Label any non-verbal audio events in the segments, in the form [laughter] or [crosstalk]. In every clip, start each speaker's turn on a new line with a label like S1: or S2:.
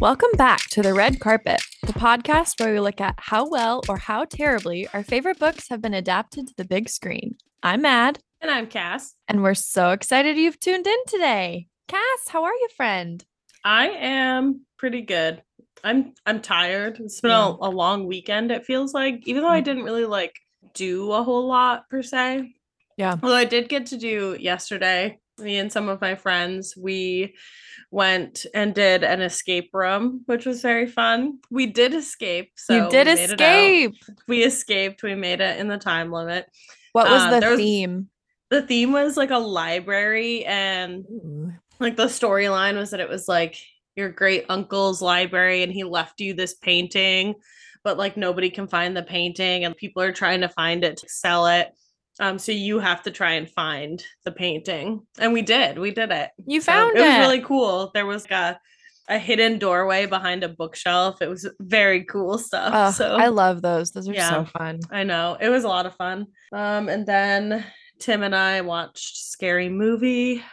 S1: Welcome back to The Red Carpet, the podcast where we look at how well or how terribly our favorite books have been adapted to the big screen. I'm Mad,
S2: And I'm Cass.
S1: and we're so excited you've tuned in today. Cass, how are you, friend?
S2: I am pretty good. I'm I'm tired. It's been
S1: Yeah.
S2: a, a long weekend, it feels like, even though I
S1: Mhm.
S2: didn't really like do a whole lot per se.
S1: Yeah.
S2: Although I did get to do yesterday, me and some of my friends, we went and did an escape room, which was very fun. We did escape. So
S1: you did
S2: we made it out.
S1: escape.
S2: We escaped. We made it in the time limit.
S1: What was
S2: Uh,
S1: the
S2: there was-
S1: theme?
S2: The theme was like a library and like the storyline was that it was like your great uncle's library and he left you this painting but like nobody can find the painting and people are trying to find it to sell it um so you have to try and find the painting and we did we did it
S1: You
S2: So
S1: found
S2: it
S1: it.
S2: was really cool there was like a a hidden doorway behind a bookshelf it was very cool stuff
S1: Ugh,
S2: so
S1: I love those. Those are so
S2: Yeah.
S1: fun.
S2: I know. It was a lot of fun. Um, and then Tim and I watched Scary Movie,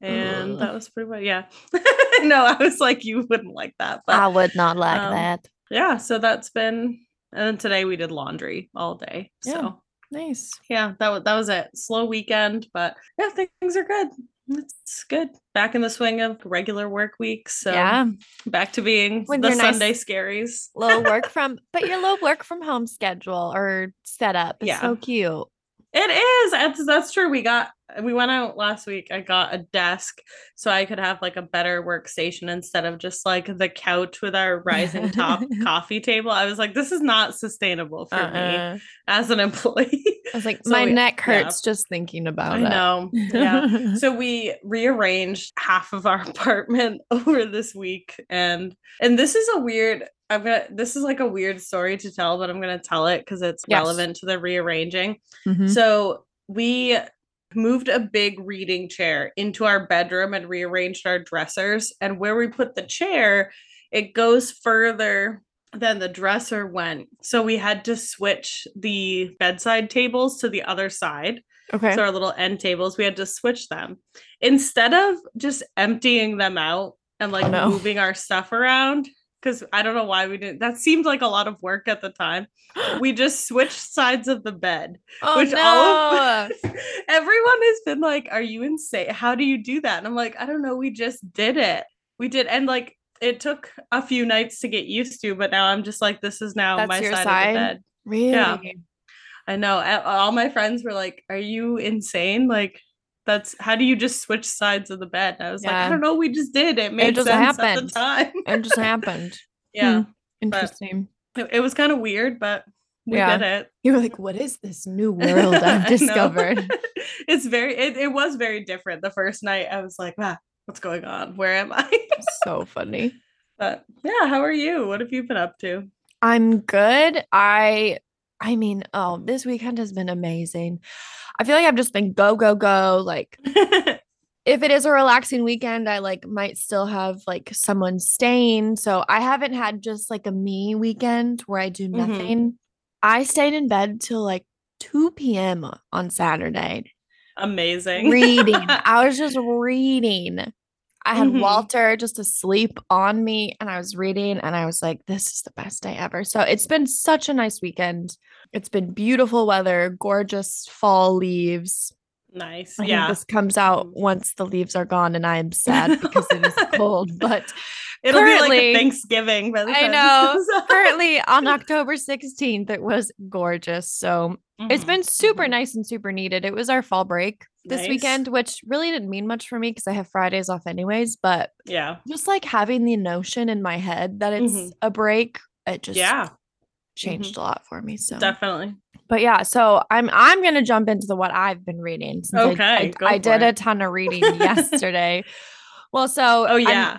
S2: and
S1: Ugh.
S2: that was pretty much yeah. [laughs] no, I was like, you wouldn't like that, but
S1: I would not like
S2: um,
S1: that.
S2: yeah. So that's been. And then today we did laundry all day.
S1: Yeah.
S2: So
S1: Nice.
S2: yeah, that was that was it. Slow weekend, but yeah, things are good. It's good. Back in the swing of regular work week. So
S1: yeah.
S2: back to being
S1: With
S2: the
S1: your nice-
S2: Sunday scaries.
S1: little
S2: [laughs]
S1: work from but your little work from home schedule or setup is
S2: Yeah.
S1: so cute.
S2: It is. That's that's true. We got we went out last week. I got a desk so I could have like a better workstation instead of just like the couch with our
S1: [laughs]
S2: rising top coffee table. I was like, this is not sustainable for me
S1: Uh-uh.
S2: as an employee. [laughs]
S1: I was like,
S2: So
S1: my
S2: we-
S1: neck
S2: yeah.
S1: hurts just thinking about
S2: I
S1: it. [laughs]
S2: know. Yeah. so we rearranged half of our [laughs] apartment over this week and and this is a weird I'm gonna this is like a weird story to tell, but I'm gonna tell it because it's
S1: Yes.
S2: relevant to the rearranging. Mm-hmm.
S1: Mhm.
S2: So we moved a big reading chair into our bedroom and rearranged our dressers. And where we put the chair, it goes further than the dresser went. So we had to switch the bedside tables to the other side.
S1: Okay.
S2: So our little end tables, we had to switch them. Instead of just emptying them out and like
S1: Oh, no.
S2: moving our stuff around, because I don't know why we didn't, that seemed like a lot of work at
S1: [gasps]
S2: the time. We just switched sides of the bed
S1: oh
S2: which
S1: no. [laughs]
S2: all [laughs] everyone has been like, "Are you insane? How do you do that?" And I'm like, "I don't know. We just did it. We did." And like, it took a few nights to get used to, but now I'm just like, "This is now
S1: That's
S2: my
S1: your
S2: side,
S1: side?
S2: of the bed."
S1: really?
S2: I know. A- All my friends were like, "Are you insane? Like." That's how do you just switch sides of the bed? And I was like,
S1: Yeah.
S2: I don't know, we just did. It made
S1: just
S2: sense at
S1: happened. Hmm.
S2: the time. [laughs]
S1: It just [laughs] happened.
S2: yeah,
S1: Interesting.
S2: it, it was kind of weird, but we
S1: Yeah.
S2: did it.
S1: You were like, what is this new [laughs] world
S2: [laughs] I know.
S1: I've [laughs] discovered?
S2: [laughs] it's very it, it was very different the first night i was like ah, what's going on where am i [laughs]
S1: so funny.
S2: but yeah how are you what have you been up to [laughs]
S1: I'm good. I I mean, oh, this weekend has been amazing. I feel like I've just been go, go, go. Like if it is a relaxing weekend, I like might still have like someone staying. So I haven't had just like a me weekend where I do
S2: Mhm.
S1: nothing. I stayed in bed till like 2 p.m. on Saturday
S2: amazing
S1: reading. I was just reading. I had
S2: Mhm.
S1: Walter just asleep on me and I was reading and I was like, this is the best day ever. So it's been such a nice weekend. It's been beautiful weather, gorgeous fall leaves.
S2: nice
S1: I
S2: yeah
S1: think this comes out
S2: Mhm.
S1: once the leaves are gone and I am sad because it
S2: [laughs]
S1: is cold. But
S2: it'll be like
S1: currently-
S2: a thanksgiving by the
S1: I
S2: time
S1: know.
S2: this comes out.
S1: currently on October 16th, it was gorgeous. So it's
S2: Mhm.
S1: been super
S2: Mhm.
S1: nice and super needed. It was our fall break this
S2: Nice.
S1: weekend, which really didn't mean much for me because I have Fridays off anyways. But
S2: yeah
S1: just like having the notion in my head that it's
S2: Mhm.
S1: a break, it just
S2: yeah Mm-hmm.
S1: changed a lot for me. So
S2: definitely
S1: but yeah, so I'm I'm gonna jump into the what I've been reading. Since I- I,
S2: Okay, go
S1: I
S2: for
S1: did
S2: it.
S1: a ton of
S2: [laughs]
S1: reading yesterday. Well, so
S2: oh
S1: I'm-
S2: yeah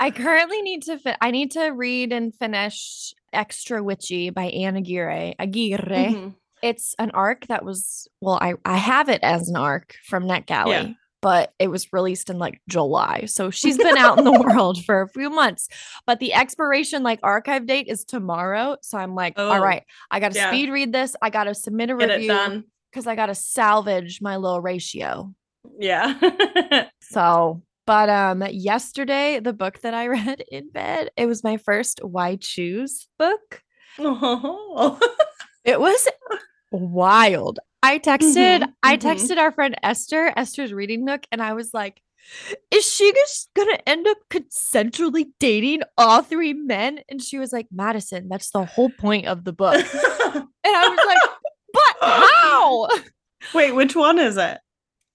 S1: I currently need to fit. I need to read and finish Extra Witchy by Anne Aguirre. Aguirre.
S2: Mhm.
S1: It's an arc that was well, I I have it as an arc from NetGalley,
S2: Yeah.
S1: but it was released in like July,
S2: [laughs]
S1: so she's been out in the world for a few months. But the expiration like archive date is tomorrow, so I'm like, all
S2: Oh,
S1: right, I got to
S2: yeah.
S1: speed read this. I got to submit a
S2: get it
S1: review
S2: done [laughs]
S1: because I got to salvage my little ratio.
S2: yeah
S1: So But um yesterday the book that I [laughs] read in bed, it was my first why choose book.
S2: Oh.
S1: It was wild. I texted
S2: Mhm,
S1: I
S2: mhm.
S1: texted our friend Esther, Esther's reading nook, and I was like, is she just gonna end up consensually dating all three men? And she was like, Madison, that's the whole point of the
S2: [laughs]
S1: book. And I was like, but how?
S2: [laughs] Wait, which one is it?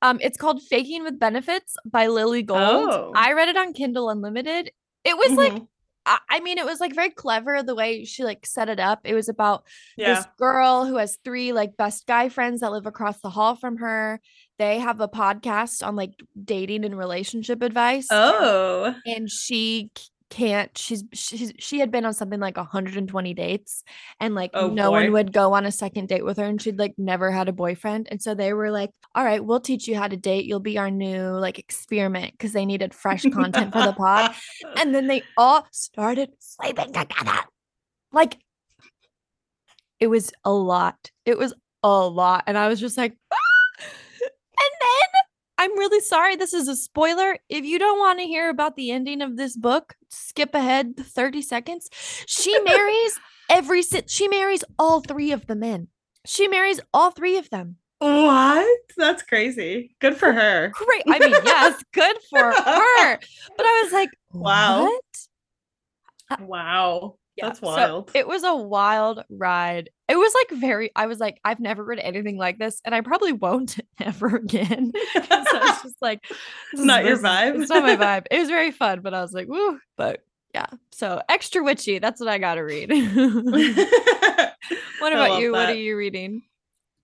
S1: Um, it's called Faking with Benefits by Lily Gold.
S2: Oh.
S1: I read it on Kindle Unlimited. It was like,
S2: Mhm.
S1: I, I mean, it was like very clever the way she like set it up. It was about
S2: yeah.
S1: this girl who has three like best guy friends that live across the hall from her. They have a podcast on like dating and relationship advice.
S2: Oh.
S1: And she c- can't, she's, she's, she had been on something like 120 dates and like
S2: Oh,
S1: no one
S2: boy.
S1: would go on a second date with her and she'd like never had a boyfriend. And so they were like, all right, we'll teach you how to date. You'll be our new like experiment because they needed
S2: [laughs]
S1: fresh content for the pod and then they all started sleeping together. Like it was a lot. It was a lot. And I was just like, "Ah!" and then I'm really sorry. This is a spoiler. If you don't want to hear about the ending of this book, skip ahead 30 seconds. [laughs] She marries every si- she marries all three of the men. She marries all three of them.
S2: What? That's crazy. Good
S1: [laughs]
S2: for her.
S1: Great. I mean, yes, good [laughs] for her. But I was like,
S2: Wow.
S1: what?
S2: Wow.
S1: Yeah,
S2: That's
S1: so
S2: wild.
S1: it was a wild ride. It was like very, I was like, I've never read anything like this, and I probably won't [laughs] ever again. [laughs] so it's just like, this is-
S2: Not your
S1: this is-
S2: vibe.
S1: It's not my vibe. It was very fun, but I was like, woo. But yeah, so extra witchy. That's what I got to read. [laughs]
S2: [laughs]
S1: what about
S2: love
S1: you? What are
S2: that.
S1: you reading?
S2: [laughs]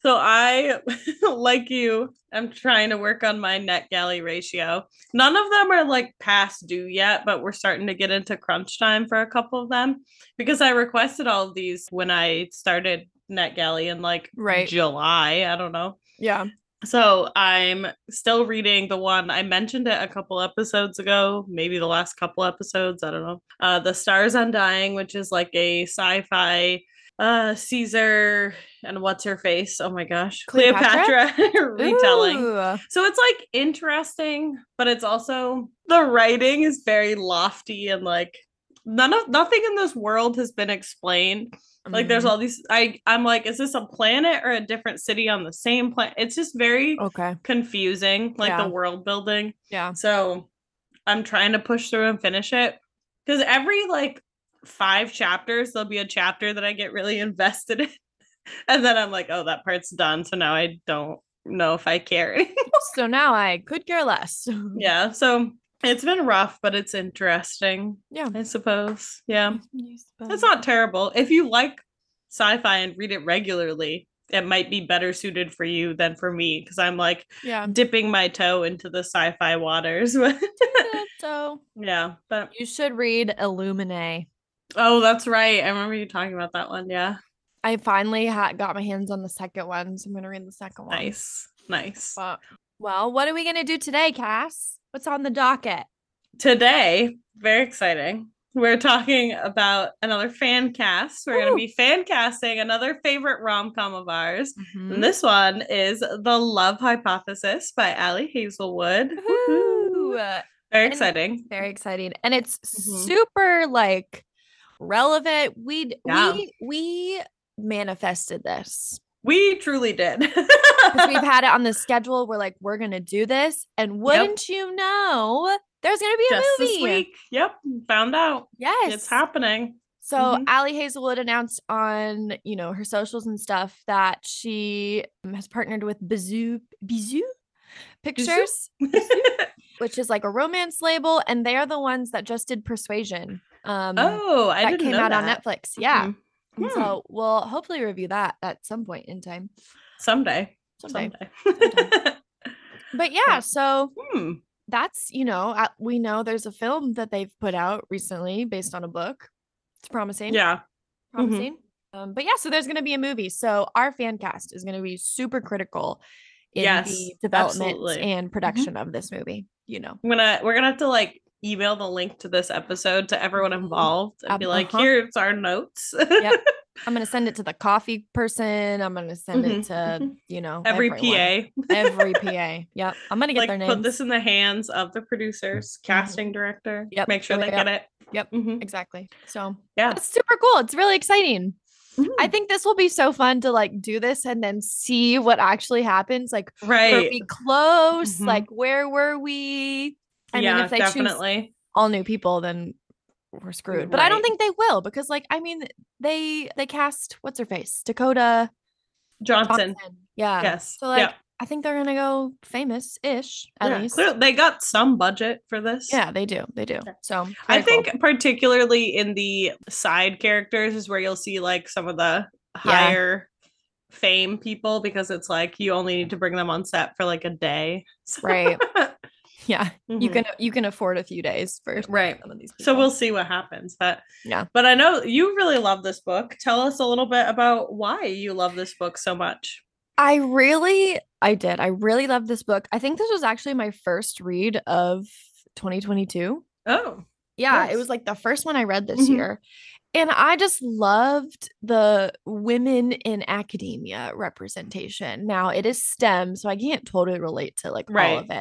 S2: So I, [laughs] like you, I'm trying to work on my net galley ratio. None of them are like past due yet, but we're starting to get into crunch time for a couple of them because I requested all of these when I started NetGalley in like
S1: Right.
S2: July. I don't know.
S1: Yeah.
S2: So I'm still reading the one I mentioned it a couple episodes ago, maybe the last couple episodes. I don't know. Uh, the Stars Undying, which is like a sci-fi uh Caesar and what's her face? Oh my gosh,
S1: Cleopatra?
S2: Cleopatra, [laughs] retelling.
S1: Ooh. um,
S2: So it's like interesting, but it's also the writing is very lofty and like none of nothing in this world has been explained like there's
S1: Mm,
S2: all these i i'm like is this a planet or a different city on the same planet it's just very
S1: okay.
S2: confusing like
S1: Yeah.
S2: the world building
S1: Yeah.
S2: so i'm trying to push through and finish it because every like five chapters there'll be a chapter that i get really [laughs] invested in and then i'm like oh that part's done so now i don't know if i care [laughs] anymore.
S1: So now I could care less. [laughs]
S2: yeah so it's been rough but it's interesting
S1: Yeah.
S2: i suppose yeah
S1: That's
S2: That's not terrible. If you like sci-fi and read it regularly, it might be better suited for you than for me because I'm like [laughs]
S1: Yeah.
S2: dipping my toe into the sci-fi waters. [laughs]
S1: so
S2: yeah, but
S1: you should read Illuminae.
S2: oh, that's right. I remember you talking about that one. Yeah,
S1: I finally ha- got my hands on the second one, so I'm gonna read the second one.
S2: nice, nice.
S1: But- well, what are we gonna do today, Cass? What's on the docket?
S2: Today, very exciting. We're talking about another fan cast. We're going
S1: Woo.
S2: to be fan casting another favorite rom com of ours.
S1: Mm-hmm.
S2: And this one is The Love Hypothesis by Allie Hazelwood. Woohoo.
S1: Woohoo!
S2: Very
S1: And-
S2: exciting.
S1: Very exciting, and it's
S2: Mhm.
S1: super like relevant. We d-
S2: Yeah.
S1: we we manifested this
S2: We truly did. [laughs]
S1: because we've had it on the schedule. We're like, we're gonna do this, and wouldn't you know, there's gonna be a
S2: Just
S1: movie
S2: this week. Yep. Found out.
S1: Yes,
S2: It's happening.
S1: So
S2: Mhm.
S1: Allie Hazelwood announced on, you know, her socials and stuff that she um, has partnered with Bizou Bizou Pictures, which is like a romance label, and they are the ones that just did Persuasion. Um
S2: oh, I
S1: that
S2: didn't
S1: came
S2: know
S1: out
S2: that.
S1: on Netflix. Yeah.
S2: Mhm.
S1: And
S2: Hmm.
S1: So we'll hopefully review that at some point in time.
S2: Someday.
S1: Someday.
S2: Someday.
S1: [laughs] But yeah,
S2: Yeah.
S1: so
S2: Hmm.
S1: that's, you know, uh, we know there's a film that they've put out recently based on a book. It's promising.
S2: Yeah. Mhm.
S1: promising. Um, but yeah, so there's going to be a movie. So our fan cast is going to be super critical in
S2: Yes,
S1: the development
S2: absolutely. Mm-hmm.
S1: and production of this movie. You know,
S2: I'm gonna we're gonna have to like email the link to this episode to everyone
S1: Mhm.
S2: involved and
S1: Ab-
S2: be like,
S1: uh-huh.
S2: here's our notes. [laughs]
S1: I'm gonna send it to the coffee person. I'm gonna send it to
S2: Mhm.
S1: you know
S2: Every [laughs]
S1: everyone.
S2: PA,
S1: every PA. Yep, I'm gonna get
S2: like
S1: their name.
S2: put this in the hands of the producers, casting director.
S1: Yep,
S2: Make sure
S1: there
S2: they
S1: we
S2: get it.
S1: Yep.
S2: Mhm.
S1: exactly. So
S2: Yeah.
S1: that's super cool. It's really exciting. I
S2: Mhm.
S1: think this will be so fun to like do this and then see what actually happens. Like, were
S2: right.
S1: we close?
S2: Mhm.
S1: Like, where were we? I mean,
S2: yeah,
S1: if they choose-
S2: definitely.
S1: all new people, then we're screwed. But I don't
S2: Right.
S1: think they will because, like, I mean, they they cast what's her face, Dakota
S2: Johnson.
S1: Johnson. Yeah.
S2: Yes.
S1: So, like,
S2: yeah.
S1: I think they're gonna go famous ish at
S2: yeah.
S1: least.
S2: Clear- they got some budget for this.
S1: Yeah, they do. They do.
S2: Yeah.
S1: So
S2: I
S1: very cool.
S2: think particularly in the side characters is where you'll see like some of the higher fame people because it's like you only need to bring them on set for like a day.
S1: [laughs]
S2: So- [laughs]
S1: right. Yeah, you
S2: Mhm.
S1: can you can afford a few days for
S2: right.
S1: some of these.
S2: So
S1: people.
S2: we'll see what happens. But
S1: Yeah.
S2: But I know you really love this book. Tell us a little bit about why you love this book so much.
S1: I really, I did. I really loved this book. I think this was actually my first read of 2022.
S2: Oh.
S1: Yeah,
S2: Nice.
S1: it was like the first one I read this
S2: Mhm.
S1: year. And I just loved the women in academia representation. Now it is STEM, so I can't totally relate to like all
S2: Right. Mm-hmm.
S1: of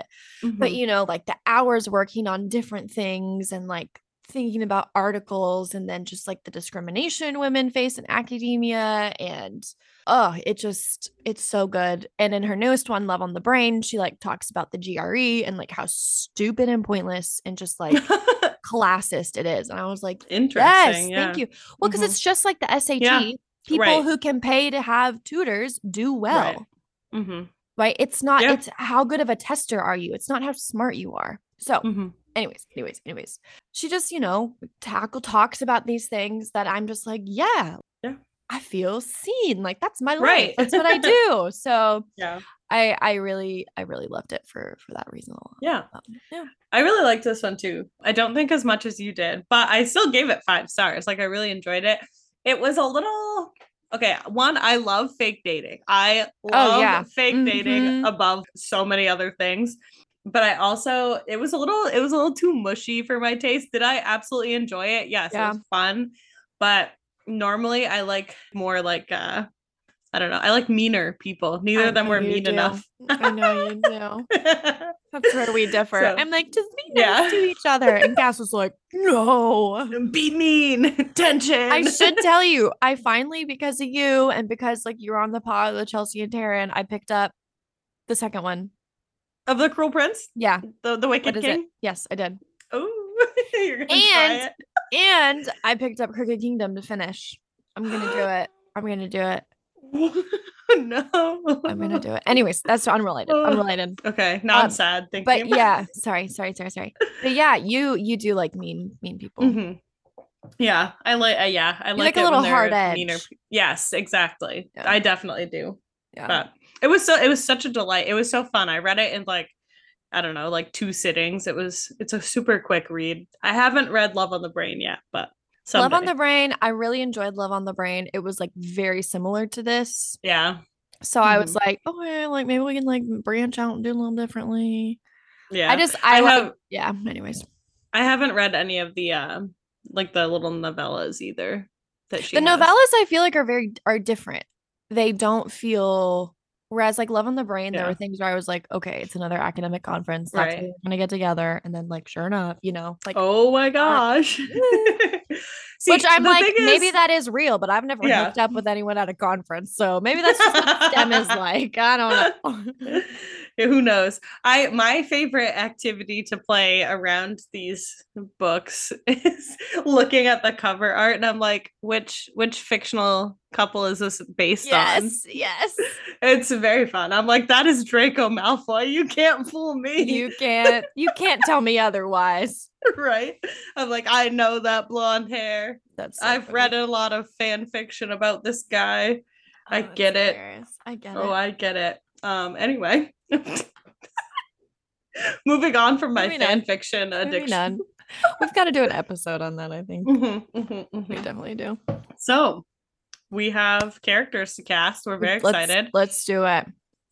S1: it. But you know, like the hours working on different things and like thinking about articles and then just like the discrimination women face in academia and oh it just it's so good and in her newest one love on the brain she like talks about the GRE and like how stupid and pointless and just like
S2: Mhm.
S1: classist it is and i was like yes
S2: [laughs] Interesting. yeah.
S1: thank you well because
S2: Mhm.
S1: it's just like the SAT people
S2: Right.
S1: who can pay to have tutors do well
S2: Right. Mhm.
S1: right? It's not
S2: Yeah.
S1: it's how good of a tester are you? It's not how smart you are. So,
S2: Mhm.
S1: anyways, anyways, anyways. She just, you know, tackle talks about these things that I'm just like, yeah.
S2: Yeah.
S1: I feel seen. Like that's my life.
S2: Right.
S1: That's
S2: [laughs]
S1: what I do. So,
S2: Yeah.
S1: I I really I really loved it for for that reason alone.
S2: Yeah.
S1: Um, yeah.
S2: I really liked this one too. I don't think as much as you did, but I still gave it five stars. Like I really enjoyed it. It was a little okay. One, I love fake dating. I love
S1: Oh, yeah.
S2: fake dating
S1: Mhm.
S2: above so many other things. But I also it was a little it was a little too mushy for my taste. Did I absolutely enjoy it? Yes,
S1: Yeah.
S2: it was fun. But normally I like more like uh I don't know. I like meaner people. Neither
S1: I
S2: of them
S1: know
S2: were
S1: you
S2: mean
S1: do.
S2: enough.
S1: I know you do. That's where we differ.
S2: So,
S1: I'm like, just be nice
S2: yeah.
S1: to each other. And Cass was like, no.
S2: [laughs] Be mean. [laughs] Tension.
S1: I [laughs] should tell you, I finally, because of you and because like you were on the pod with Chelsea and Taryn, I picked up the second one.
S2: of the Cruel Prince,
S1: Yeah.
S2: the the Wicked
S1: What is
S2: King.
S1: it? Yes, I did.
S2: Oh, [laughs] you're gonna try
S1: And And I picked up Crooked Kingdom to finish. I'm going to do it. I'm going to do it.
S2: it. [laughs] no,
S1: I'm going to do [laughs] it. Anyways, that's unrelated.
S2: Oh.
S1: Unrelated.
S2: Okay, now I'm
S1: Um,
S2: sad. Thinking
S1: But
S2: [laughs] about
S1: yeah, sorry, sorry, sorry, sorry. But yeah, you you do like mean mean people.
S2: Mhm. Yeah, I like. Uh, yeah, I
S1: like
S2: like,
S1: a
S2: it when
S1: little
S2: they're
S1: hard
S2: meaner
S1: edge.
S2: pe- Yes, exactly.
S1: Yeah.
S2: I definitely do.
S1: Yeah.
S2: But it was so. It was such a delight. It was so fun. I read it in like. I don't know, like two sittings. It was, it's a super quick read. I haven't read Love on the Brain yet, but someday.
S1: Love on the Brain. I really enjoyed Love on the Brain. It was like very similar to this.
S2: yeah,
S1: So I was
S2: Mm-hmm.
S1: like, oh, yeah, like maybe we can like branch out and do a little differently.
S2: yeah.
S1: I just, I,
S2: I
S1: like,
S2: have-
S1: yeah. Anyways,
S2: I haven't read any of the um like the little novellas either. That she
S1: the
S2: has.
S1: novellas I feel like are very are different. They don't feel. Whereas like Love on the Brain, there
S2: Yeah.
S1: were things where I was like, okay, it's another academic conference. That's
S2: Right.
S1: what we're gonna get together, and then like, sure enough, you know, like, uh,
S2: Oh my gosh. [laughs] See,
S1: which I'm
S2: the
S1: like,
S2: thing
S1: maybe
S2: is-
S1: that is real, but I've never
S2: Yeah.
S1: hooked up with anyone at a conference, so maybe that's
S2: [laughs]
S1: just what STEM is like. I don't know.
S2: Yeah, [laughs] Who knows? I my favorite activity to play around these books [laughs] is looking at the cover art, and I'm like, which which fictional couple is this based on?
S1: yes,
S2: [laughs]
S1: yes,
S2: It's very fun. I'm like, that is Draco Malfoy. You can't fool me.
S1: you can't, you can't tell me otherwise.
S2: [laughs] right? I'm like, I know that blonde hair.
S1: That's
S2: I've read a lot of fan fiction about this guy. I
S1: Oh, that's
S2: get it.
S1: hilarious. I get
S2: Oh,
S1: it.
S2: I get it. Um, anyway. [laughs] Moving on from my
S1: Moving
S2: fan
S1: on.
S2: fiction
S1: Moving
S2: addiction. [laughs]
S1: on. We've got to do an episode on that. I think
S2: Mhm, mhm,
S1: we
S2: mhm.
S1: definitely do.
S2: So we have characters to cast. We're very
S1: Let's-
S2: excited.
S1: Let's do it.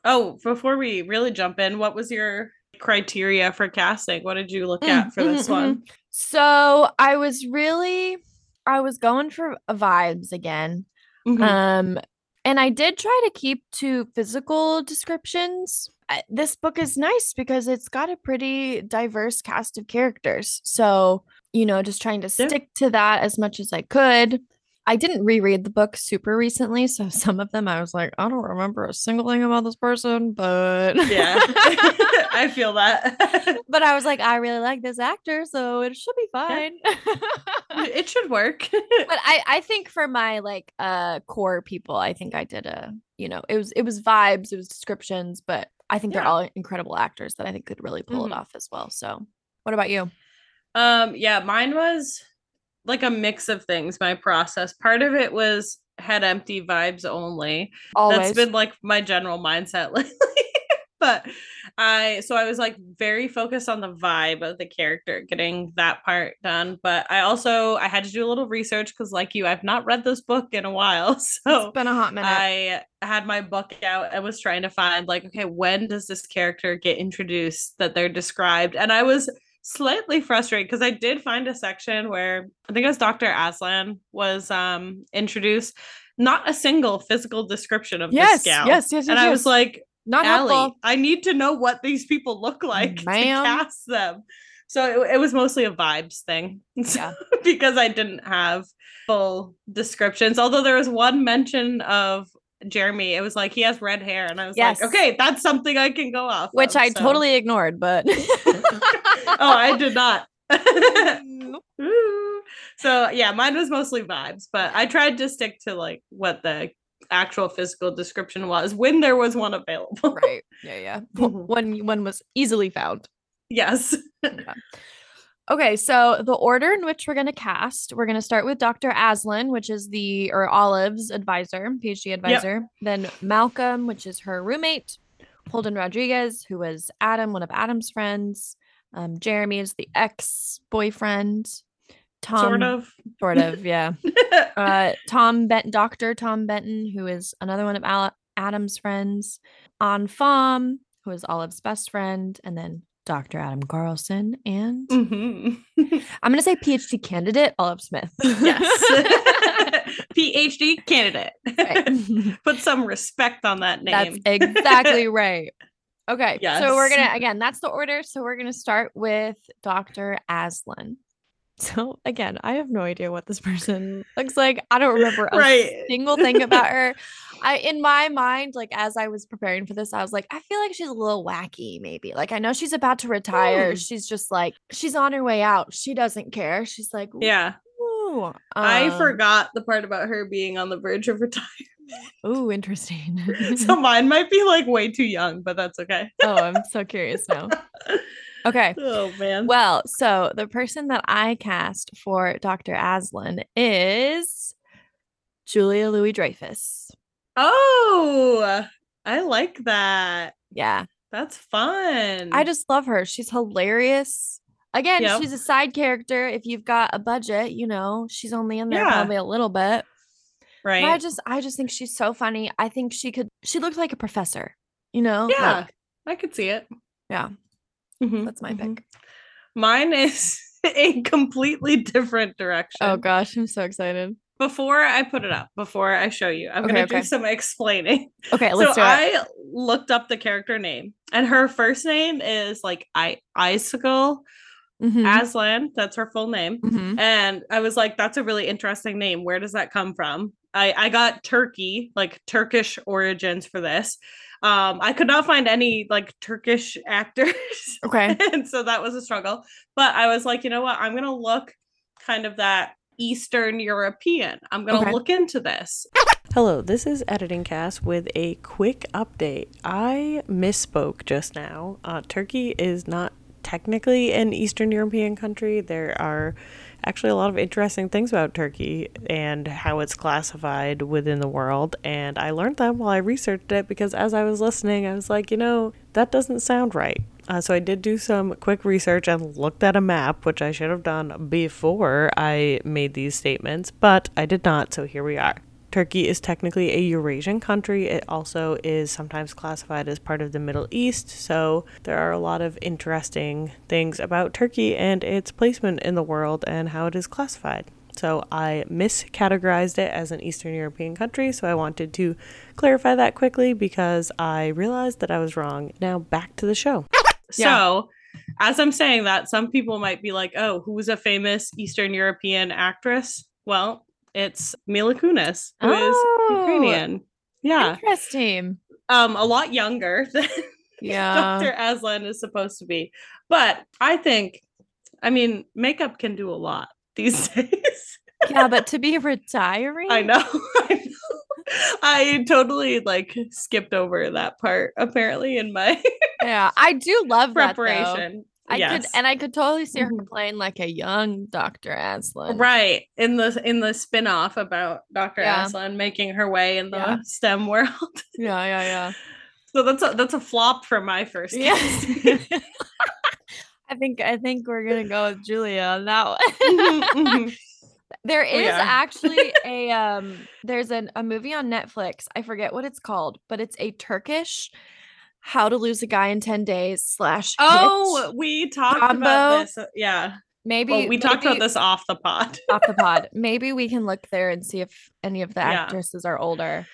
S2: Oh, before we really jump in, what was your criteria for casting? What did you look at for this
S1: mhm,
S2: one?
S1: So I was really, I was going for vibes again.
S2: Mhm.
S1: Um, and I did try to keep to physical descriptions. I- This book is nice because it's got a pretty diverse cast of characters. So, you know, just trying to
S2: Yeah.
S1: stick to that as much as I could. I didn't reread the book super recently. So [laughs] some of them I was like, I don't remember a single thing about this person, but [laughs]
S2: yeah. [laughs] I feel that. [laughs]
S1: but I was like, I really like this actor, so it should be fine. [laughs]
S2: it should work.
S1: but I, I think for my like uh core people, I think I did a you know it was it was vibes, it was descriptions, but I think they're
S2: Yeah.
S1: all incredible actors that I think could really pull
S2: Mhm.
S1: it off as well. So, what about you?
S2: Um, yeah, mine was like a mix of things. My process. Part of it was head empty vibes only.
S1: Always
S2: That's been like my general mindset [laughs] lately. but I so I was like very focused on the vibe of the character, getting that part done. But I also I had to do a little research because, like you, I've not read this book in a while. [laughs] So
S1: it's been a hot minute.
S2: I had my book out and was trying to find like, okay, when does this character get introduced that they're described? And I was slightly frustrated because I did find a section where I think it was Dr. Aslan was um introduced. Not a single physical description of
S1: yes,
S2: this gal.
S1: yes, yes, yes.
S2: And I was
S1: yes.
S2: like,
S1: not
S2: Allie,
S1: helpful.
S2: I need to know what these people look like
S1: Ma'am.
S2: to cast them. So it, it was mostly a vibes thing [laughs]
S1: Yeah.
S2: because I didn't have full descriptions. Although there was one mention of Jeremy, it was like he has red hair, and I was
S1: Yes.
S2: like, okay, that's something I can go off.
S1: Which
S2: of,
S1: I
S2: so-
S1: totally ignored, but
S2: [laughs] oh, I did not. [laughs]
S1: Nope.
S2: Ooh. so yeah, mine was mostly vibes, but I tried to stick to like what the actual physical description was when there was one
S1: [laughs]
S2: available.
S1: [laughs] right. Yeah, yeah.
S2: Mhm.
S1: One one was easily found.
S2: Yes.
S1: Okay, so the order in which we're going to cast, we're going to start with Dr. Aslan, which is the or Olive's advisor, PhD advisor, then Malcolm, which is her roommate, Holden Rodriguez, who was Adam, one of Adam's friends, um, Jeremy is the ex boyfriend, Tom,
S2: sort of.
S1: sort of, yeah,
S2: [laughs] Um,
S1: uh, Tom Bent, Doctor Tom Benton, who is another one of Al- Adam's friends, On Fom, who is Olive's best friend, and then Dr. Adam Carlson and.
S2: Mhm.
S1: Mm-hmm. I'm gonna say PhD candidate Olive Smith.
S2: Yes. [laughs] PhD candidate.
S1: [laughs] Right.
S2: [laughs] Put some respect on that
S1: That's
S2: name.
S1: exactly right. Okay. So we're
S2: Yes.
S1: gonna again, that's the order. So we're gonna start with Dr. Aslan. So again, I have no idea what this person looks like. I don't remember a
S2: Right.
S1: single thing about
S2: [laughs]
S1: her. I in my mind, like as I was preparing for this, I was like, I feel like she's a little wacky, maybe. Like I know she's about to retire.
S2: Hmm.
S1: She's just like, she's on her way out. She doesn't care. She's like,
S2: [laughs] Yeah.
S1: "Ooh,
S2: I
S1: um,
S2: forgot the part about her being on the verge of retirement. [laughs]
S1: Ooh, interesting.
S2: so
S1: Mm-hmm.
S2: mine might be like way too young, but that's okay.
S1: [laughs] oh, I'm so curious now.
S2: [laughs]
S1: Okay.
S2: Oh man.
S1: Well, so the person that I cast for Dr. Aslan is Julia Louis Dreyfus.
S2: oh, I like that.
S1: Yeah.
S2: That's fun.
S1: I just love her. She's hilarious. Again,
S2: Mm. Yep.
S1: she's a side character. If you've got a budget, you know, she's only in there
S2: Yeah.
S1: probably a little bit. But
S2: right.
S1: I just I just think she's so funny. I think she could she looked like a professor, you know?
S2: yeah.
S1: Like,
S2: I could see it.
S1: yeah.
S2: Mhm,
S1: That's my
S2: mhm.
S1: pick.
S2: Mine is [laughs] a completely different direction.
S1: Oh gosh, I'm so excited.
S2: before I put it up, before I show you, I'm
S1: Okay,
S2: gonna
S1: okay.
S2: do
S1: [laughs]
S2: some explaining.
S1: Okay, let's
S2: so
S1: do it.
S2: I looked up the character name, and her first name is like I Icicle
S1: Mhm.
S2: Aslan. That's her full name.
S1: Mhm.
S2: And I was like, that's a really interesting name. Where does that come from? I, I got Turkey, like Turkish origins for this. Um, I could not find any like Turkish [laughs] actors
S1: Okay.
S2: [laughs] and so that was a struggle. But I was like, you know what? I'm gonna look kind of that Eastern European. I'm gonna
S1: Okay.
S2: look into this.
S3: Hello, this is Editing Cast with a quick update. I misspoke just now. Uh, Turkey is not technically an Eastern European country. There are actually a lot of interesting things about Turkey and how it's classified within the world. And I learned them while I researched it because as I was listening, I was like, you know, that doesn't sound right. Uh, so I did do some quick research and looked at a map, which I should have done before I made these statements, but I did not. So here we are. Turkey is technically a Eurasian country. It also is sometimes classified as part of the Middle East. So there are a lot of interesting things about Turkey and its placement in the world and how it is classified. So I miscategorized it as an Eastern European country. So I wanted to clarify that quickly because I realized that I was wrong. Now back to the show.
S2: So, as I'm saying that, some people might be like, "Oh, who's a famous Eastern European actress?" Well, it's Mila Kunis, who is
S1: Oh,
S2: Ukrainian. Yeah,
S1: Interesting.
S2: [laughs] um, a lot younger [laughs] than
S1: Yeah.
S2: Dr. Aslan is supposed to be, but I think, I mean, makeup can do a lot these [laughs] days.
S1: yeah, but to be retiring.
S2: I know. [laughs] I know. I totally like skipped over that part apparently in my [laughs]
S1: Yeah. I do love that, though.
S2: preparation.
S1: I
S2: yes.
S1: could and I could totally see her
S2: Mhm.
S1: playing like a young Dr. Aslan.
S2: right in the in the spin-off about Dr.
S1: Yeah.
S2: Aslan making her way in the
S1: Yeah.
S2: STEM world. [laughs]
S1: Yeah, yeah, yeah.
S2: So that's a that's a flop for my
S1: [laughs]
S2: first [laughs] guess.
S1: Yeah. I think I think we're gonna go with Julia on that
S2: Mhm,
S1: one. Oh,
S2: mhm.
S1: [laughs] there is
S2: are.
S1: [laughs] actually a um there's an, a movie on Netflix. I forget what it's called, but it's a Turkish how to lose a guy in 10 days slash hit.
S2: oh, we talked
S1: Combo.
S2: about this. uh, Yeah.
S1: maybe
S2: Well, we talked about
S1: maybe-
S2: this off the pod.
S1: off the pod maybe we can look there and see if any of the
S2: Yeah.
S1: actresses are older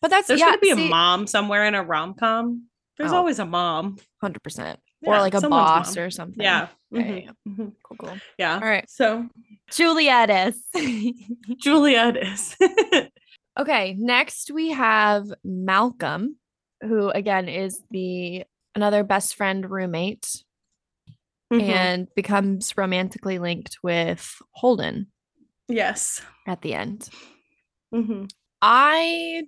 S1: but that's
S2: There's
S1: yeah,
S2: gonna be
S1: see-
S2: a mom somewhere in a rom com. There's
S1: Oh.
S2: always a mom.
S1: hundred percent,
S2: Yeah,
S1: or like a
S2: someone's
S1: boss
S2: mom.
S1: or something.
S2: Yeah.
S1: Yeah,
S2: Mhm,
S1: yeah.
S2: mhm.
S1: cool, cool.
S2: Yeah.
S1: All right,
S2: So [laughs]
S1: Juliettis. [laughs]
S2: Julia it is. [laughs]
S1: okay, next we have Malcolm, who again is the another best friend roommate
S2: Mhm.
S1: and becomes romantically linked with Holden
S2: yes.
S1: at the end.
S2: Mhm.
S1: I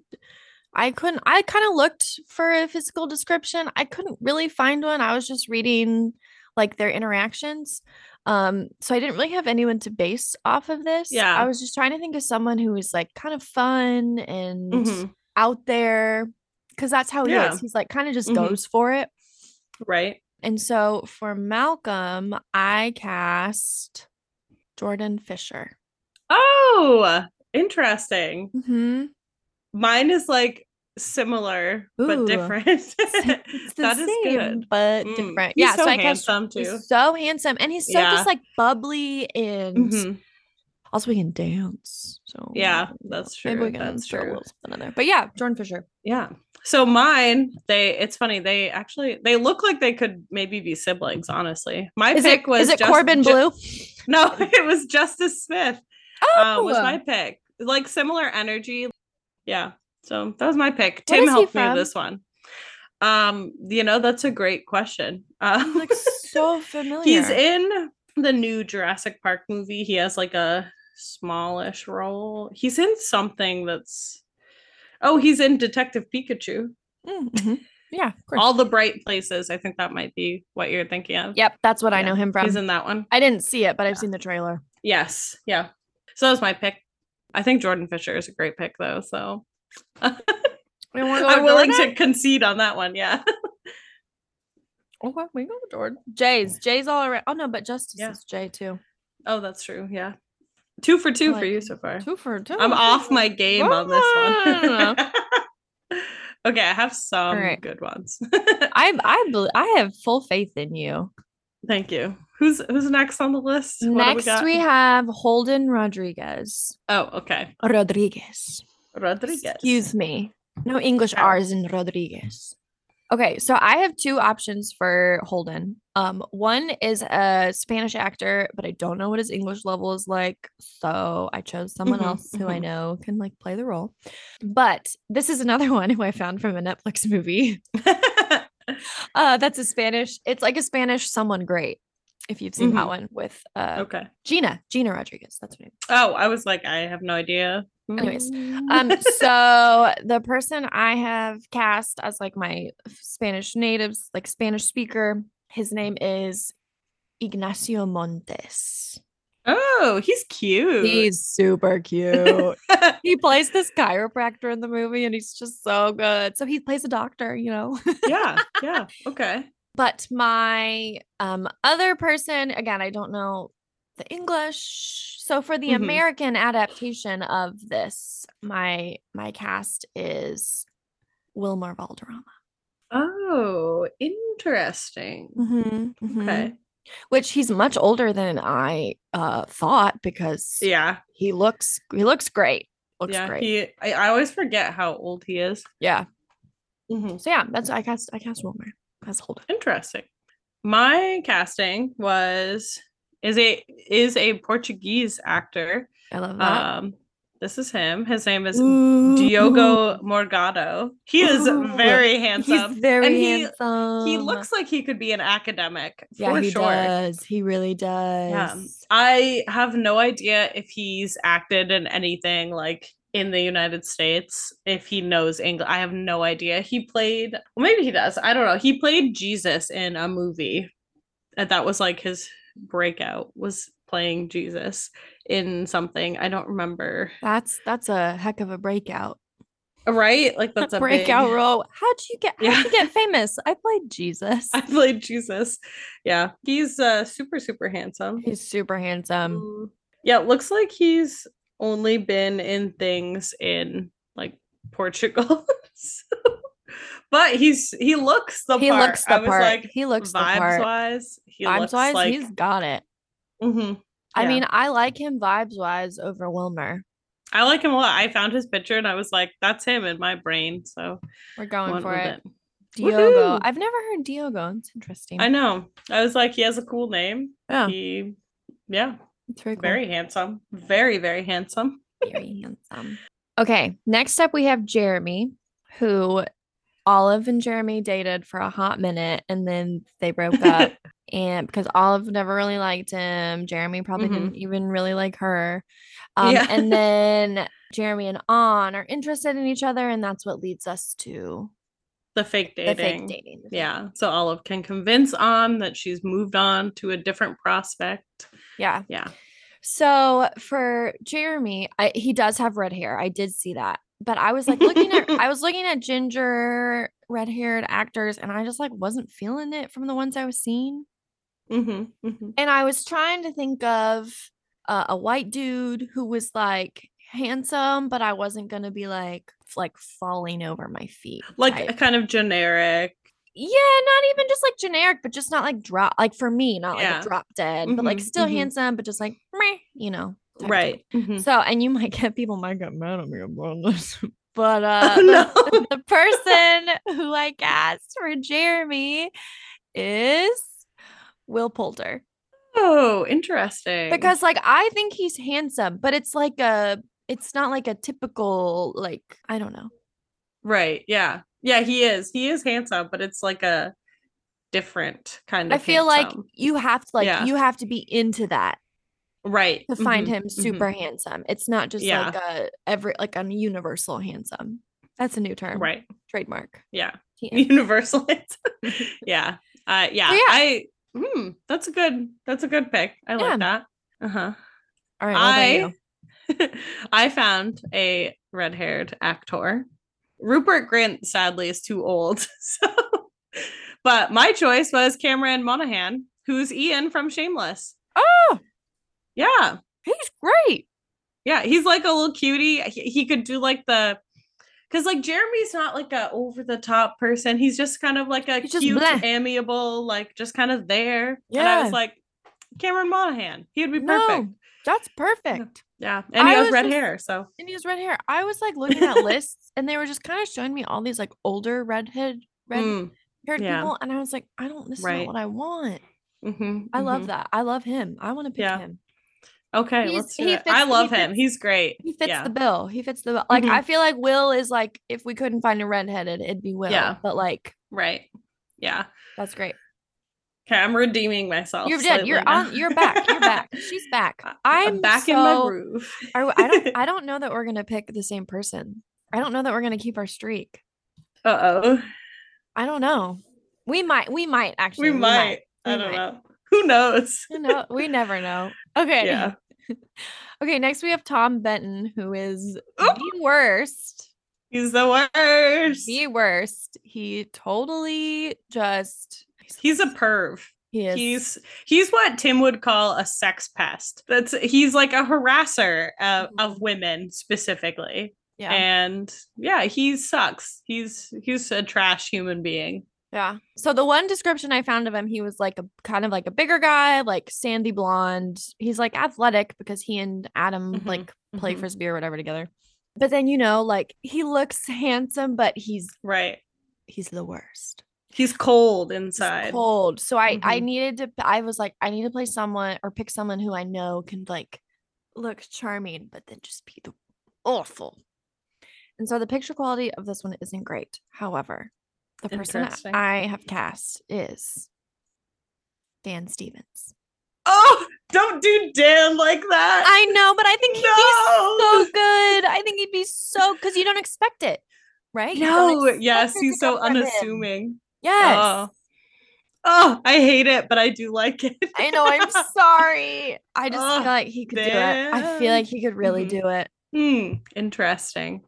S1: I couldn't I kind of looked for a physical description. I couldn't really find one. I was just reading like their interactions. Um so I didn't really have anyone to base off of this. I
S2: Yeah.
S1: was just trying to think of someone who was like kind of fun and
S2: Mhm.
S1: out there cuz that's how he
S2: Yeah.
S1: is. He's like kind of just
S2: Mhm.
S1: goes for it.
S2: Right.
S1: And so for Malcolm, I cast Jordan Fisher.
S2: Oh, interesting. Mm-hmm.
S1: Mhm.
S2: Mine is like similar
S1: Ooh.
S2: but different. [laughs]
S1: It's the
S2: That is
S1: same,
S2: good.
S1: but
S2: Mm.
S1: different.
S2: He's
S1: yeah,
S2: so
S1: so I cast
S2: handsome too.
S1: He's so handsome, and he's so
S2: Yeah.
S1: just like bubbly and
S2: Mhm.
S1: also he can dance. So you
S2: Yeah,
S1: know,
S2: that's
S1: Maybe
S2: true,
S1: we can
S2: that's
S1: throw a
S2: true.
S1: little something in there. But yeah, Jordan Fisher.
S2: Yeah. So mine, they it's funny, they actually they look like they could maybe be siblings, honestly. My
S1: Is
S2: pick
S1: it
S2: was
S1: is it
S2: Jus-
S1: Corbin
S2: Ju-
S1: Blue?
S2: [laughs] No, it was Justice Smith.
S1: Oh,
S2: uh, was my pick. Like similar energy. Yeah. So that was my pick.
S1: What
S2: Tim
S1: is he
S2: helped me
S1: from?
S2: with this one. Um, you know, that's a great question. [laughs]
S1: [laughs]
S2: Uh,
S1: He looks so familiar.
S2: he's in the new Jurassic Park movie. He has like a smallish role. He's in something that's oh, he's in Detective Pikachu.
S1: Mm, mhm. Yeah, of course.
S2: All the bright places. I think that might be what you're thinking of.
S1: yep, that's what I
S2: Yeah,
S1: know him from.
S2: He's in that one.
S1: I didn't see it, but I've
S2: Yeah.
S1: seen the trailer.
S2: Yes. Yeah. So that was my pick. I think Jordan Fisher is a great pick though. So
S1: We wanna go
S2: [laughs] I'm
S1: with
S2: willing
S1: Jordan?
S2: to concede on that one. Yeah. [laughs] Oh,
S1: Okay, we go with Jordan. Jay's Jay's all around. Oh no, but Justice
S2: Yeah.
S1: is Jay too.
S2: Oh, that's true. Yeah. Two for two for
S1: Like,
S2: you so far.
S1: Two for two.
S2: I'm off my game on this one. [laughs] okay, I have some
S1: right.
S2: good ones. [laughs]
S1: I I bel I have full faith in you.
S2: Thank you. Who's who's next on the list? What do
S1: Next,
S2: got?
S1: we have Holden Rodriguez.
S2: Oh, okay.
S1: Rodriguez.
S2: Rodriguez.
S1: Excuse me. No English
S2: Oh.
S1: R's in Rodriguez. Okay, so I have two options for Holden. Um, one is a Spanish actor, but I don't know what his English level is like, so I chose someone
S2: Mhm,
S1: else who I
S2: mhm.
S1: know can like play the role. But this is another [laughs] one who I found from a Netflix movie. Uh, that's a Spanish. It's like a Spanish someone great. If you've seen that
S2: Mhm.
S1: one with uh,
S2: [laughs] okay.
S1: Gina, Gina Rodriguez. That's her name.
S2: Oh, I was like, I have no idea.
S1: Anyways, [laughs]
S2: Mm.
S1: um so the person i have cast as like my spanish natives like spanish speaker his name is ignacio montes
S2: oh, he's cute.
S1: he's super cute he plays this chiropractor in the movie and he's just so good so he plays a doctor you know
S2: [laughs] yeah.
S1: [laughs]
S2: Yeah. Okay.
S1: but my um other person again i don't know the english so for the
S2: Mhm.
S1: american adaptation of this my my cast is wilmer valderrama
S2: Mm-hmm.
S1: Mm-hmm,
S2: Oh, interesting. Okay.
S1: which he's much older than I uh, thought because
S2: Yeah.
S1: he looks he looks great. Looks
S2: yeah.
S1: great.
S2: He I, I always forget how old he is.
S1: yeah.
S2: Mhm.
S1: So yeah, that's I cast I cast Wilmer. Cast Holden.
S2: Interesting. My casting was is a is a Portuguese actor.
S1: I love that.
S2: Um this is him. His name is
S1: Ooh. [laughs]
S2: Diogo Morgado. He is
S1: Ooh.
S2: very
S1: He's
S2: handsome.
S1: very
S2: and he-
S1: handsome.
S2: He looks like he could be an academic for
S1: yeah, he
S2: sure.
S1: does. He really does.
S2: Yeah. I have no idea if he's acted in anything like in the United States, if he knows English. I have no idea. He played, well, maybe he does. I don't know. He played Jesus in a movie. And that was like his breakout, was playing Jesus in something. I don't remember.
S1: That's that's a heck of a breakout.
S2: Right? Like that's a
S1: breakout
S2: big-
S1: role. How'd you get how'd
S2: Yeah.
S1: you get famous? I played Jesus.
S2: [laughs] I played Jesus. Yeah. He's uh, super, super handsome.
S1: [laughs] He's super handsome.
S2: Mm. yeah, it looks like he's only been in things in like Portugal. [laughs] So- but he's he looks the
S1: he
S2: part.
S1: looks the
S2: I was
S1: part.
S2: like
S1: he looks the
S2: vibes
S1: part.
S2: wise, he
S1: vibes
S2: looks
S1: wise,
S2: like
S1: he's got it.
S2: Mhm.
S1: I
S2: Yeah.
S1: mean, I like him vibes wise over Wilmer.
S2: I like him a lot. I found his picture and I was like, that's him in my brain. So
S1: We're going
S2: went
S1: for
S2: with
S1: it. Diogo.
S2: Woohoo!
S1: I've never heard Diogo. It's interesting.
S2: I know. I was like, he has a cool name.
S1: Yeah,
S2: He yeah,
S1: it's very cool.
S2: very handsome. Very, very handsome.
S1: very handsome. Okay, next up we have Jeremy, who Olive and Jeremy dated for a hot minute, and then they broke up.
S2: [laughs]
S1: and because Olive never really liked him, Jeremy probably
S2: Mhm.
S1: didn't even really like her. Um,
S2: Yeah. [laughs]
S1: and then Jeremy and On are interested in each other, and that's what leads us to
S2: the fake dating.
S1: the fake dating. the fake-
S2: Yeah. So Olive can convince on that she's moved on to a different prospect.
S1: yeah.
S2: Yeah.
S1: So for Jeremy, I, he does have red hair. I did see that, but I was like looking
S2: [laughs]
S1: at I was looking at ginger red haired actors, and I just like wasn't feeling it from the ones I was seeing.
S2: hmm hmm
S1: And I was trying to think of uh, a white dude who was like handsome, but I wasn't gonna be like f- like falling over my feet.
S2: Like uh
S1: type.
S2: a kind of generic.
S1: yeah, not even just like generic, but just not like drop like for me, not like
S2: Yeah.
S1: a drop dead, but like
S2: Mhm,
S1: still
S2: mhm.
S1: handsome, but just like meh, you know, type of mm-hmm.
S2: Right. mhm.
S1: So, and you might get people might get mad at me about this, [laughs] but uh,
S2: Oh,
S1: the-
S2: no.
S1: the
S2: [laughs]
S1: person who I cast for Jeremy is Will Poulter
S2: Oh, interesting.
S1: because, like, I think he's handsome, but it's like a, it's not like a typical, like, I don't know.
S2: right. Yeah. Yeah, he is. He is handsome, but it's like a different kind
S1: I
S2: of
S1: feel like
S2: handsome.
S1: you have to, like,
S2: Yeah.
S1: you have to be into that
S2: right
S1: to find
S2: mhm,
S1: him
S2: mhm.
S1: super handsome. It's not just like a every, like a universal handsome. That's a new term,
S2: Right.
S1: Trademark.
S2: Yeah. [laughs]
S1: TM.
S2: Universal.
S1: [laughs]
S2: handsome. yeah. Uh yeah.
S1: yeah.
S2: I hmm, that's a good that's a good pick. I
S1: Yeah.
S2: like that. Uh-huh.
S1: All right, what about you?
S2: I [laughs] I found a red-haired actor. Rupert Grint sadly is too old. [laughs] So but my choice was Cameron Monaghan, who's Ian from Shameless.
S1: Oh,
S2: Yeah.
S1: he's great.
S2: Yeah, he's like a little cutie. He, he could do like the cuz like Jeremy's not like a over the top person. He's just kind of like a
S1: He's just
S2: cute,
S1: bleh.
S2: amiable, like just kind of there. And I
S1: Yeah.
S2: was like Cameron Monaghan, he would be
S1: No,
S2: perfect.
S1: that's perfect.
S2: Yeah. And he
S1: I
S2: has
S1: was
S2: red
S1: just-
S2: hair, so
S1: And he has red hair. I was like looking at lists, and they were just kind of showing me all these like older redhead, red
S2: Mm,
S1: haired
S2: yeah.
S1: people, and I was like, I don't. This
S2: Right.
S1: is not what I want.
S2: mhm,
S1: I
S2: mhm.
S1: love that. I love him. I want to pick
S2: Yeah.
S1: him.
S2: Okay,
S1: mm-hmm. He's-
S2: let's do
S1: he
S2: it. I
S1: fits- he
S2: love him.
S1: fits-
S2: He's great.
S1: He fits
S2: yeah.
S1: the bill. He fits the bill. Like
S2: Mhm.
S1: I feel like Will is like if we couldn't find a redheaded, it'd be Will.
S2: Yeah.
S1: But like
S2: right. Yeah.
S1: that's great.
S2: Okay, I'm redeeming myself.
S1: You're dead. You're
S2: slightly now.
S1: on. You're back.
S2: [laughs]
S1: You're back. She's back.
S2: I-
S1: I'm,
S2: back in my
S1: so-
S2: groove.
S1: Are, I
S2: [laughs]
S1: don't. I don't know that we're gonna pick the same person. I don't know that we're gonna keep our streak.
S2: Uh oh.
S1: I don't know. We might. [laughs] We might actually.
S2: We might. I
S1: we
S2: don't
S1: might.
S2: know. Who knows?
S1: Who know? We never know. Okay.
S2: [laughs] Yeah.
S1: Okay. Next, we have Tom Benton, who is
S2: Oh!
S1: the worst.
S2: He's the worst.
S1: The worst. He totally just.
S2: He's a perv.
S1: He is.
S2: He's he's what Tim would call a sex pest. That's he's like a harasser uh, of women specifically.
S1: Mm-hmm. yeah.
S2: And yeah, he sucks. He's he's a trash human being.
S1: Yeah. So the one description I found of him, he was like a kind of like a bigger guy, like sandy blonde. He's like athletic because he and Adam
S2: Mhm,
S1: like play
S2: mhm.
S1: frisbee or whatever together. But then you know, like he looks [laughs] handsome, but he's
S2: Right.
S1: he's the worst.
S2: He's cold
S1: He's
S2: inside.
S1: cold. So I I
S2: Mhm.
S1: needed to. I was like, I need to play someone or pick someone who I know can like look charming, but then just be the awful. And so the picture quality of this one isn't great. However, the person
S2: Interesting.
S1: I have cast is Dan Stevens.
S2: Oh, don't do Dan like that.
S1: [laughs] I know, but I think he'd
S2: no.
S1: be so good. I think he'd be so because you don't expect it, right? You don't
S2: no.
S1: expect
S2: Yes,
S1: it
S2: he's
S1: to
S2: so
S1: come from him.
S2: unassuming.
S1: Yes.
S2: Oh. Oh, I hate it, but I do like it.
S1: I know. I'm sorry. [laughs] I just
S2: Ugh,
S1: feel like he could do it. I feel like he could really
S2: Mhm.
S1: do it.
S2: [laughs] Hmm, interesting.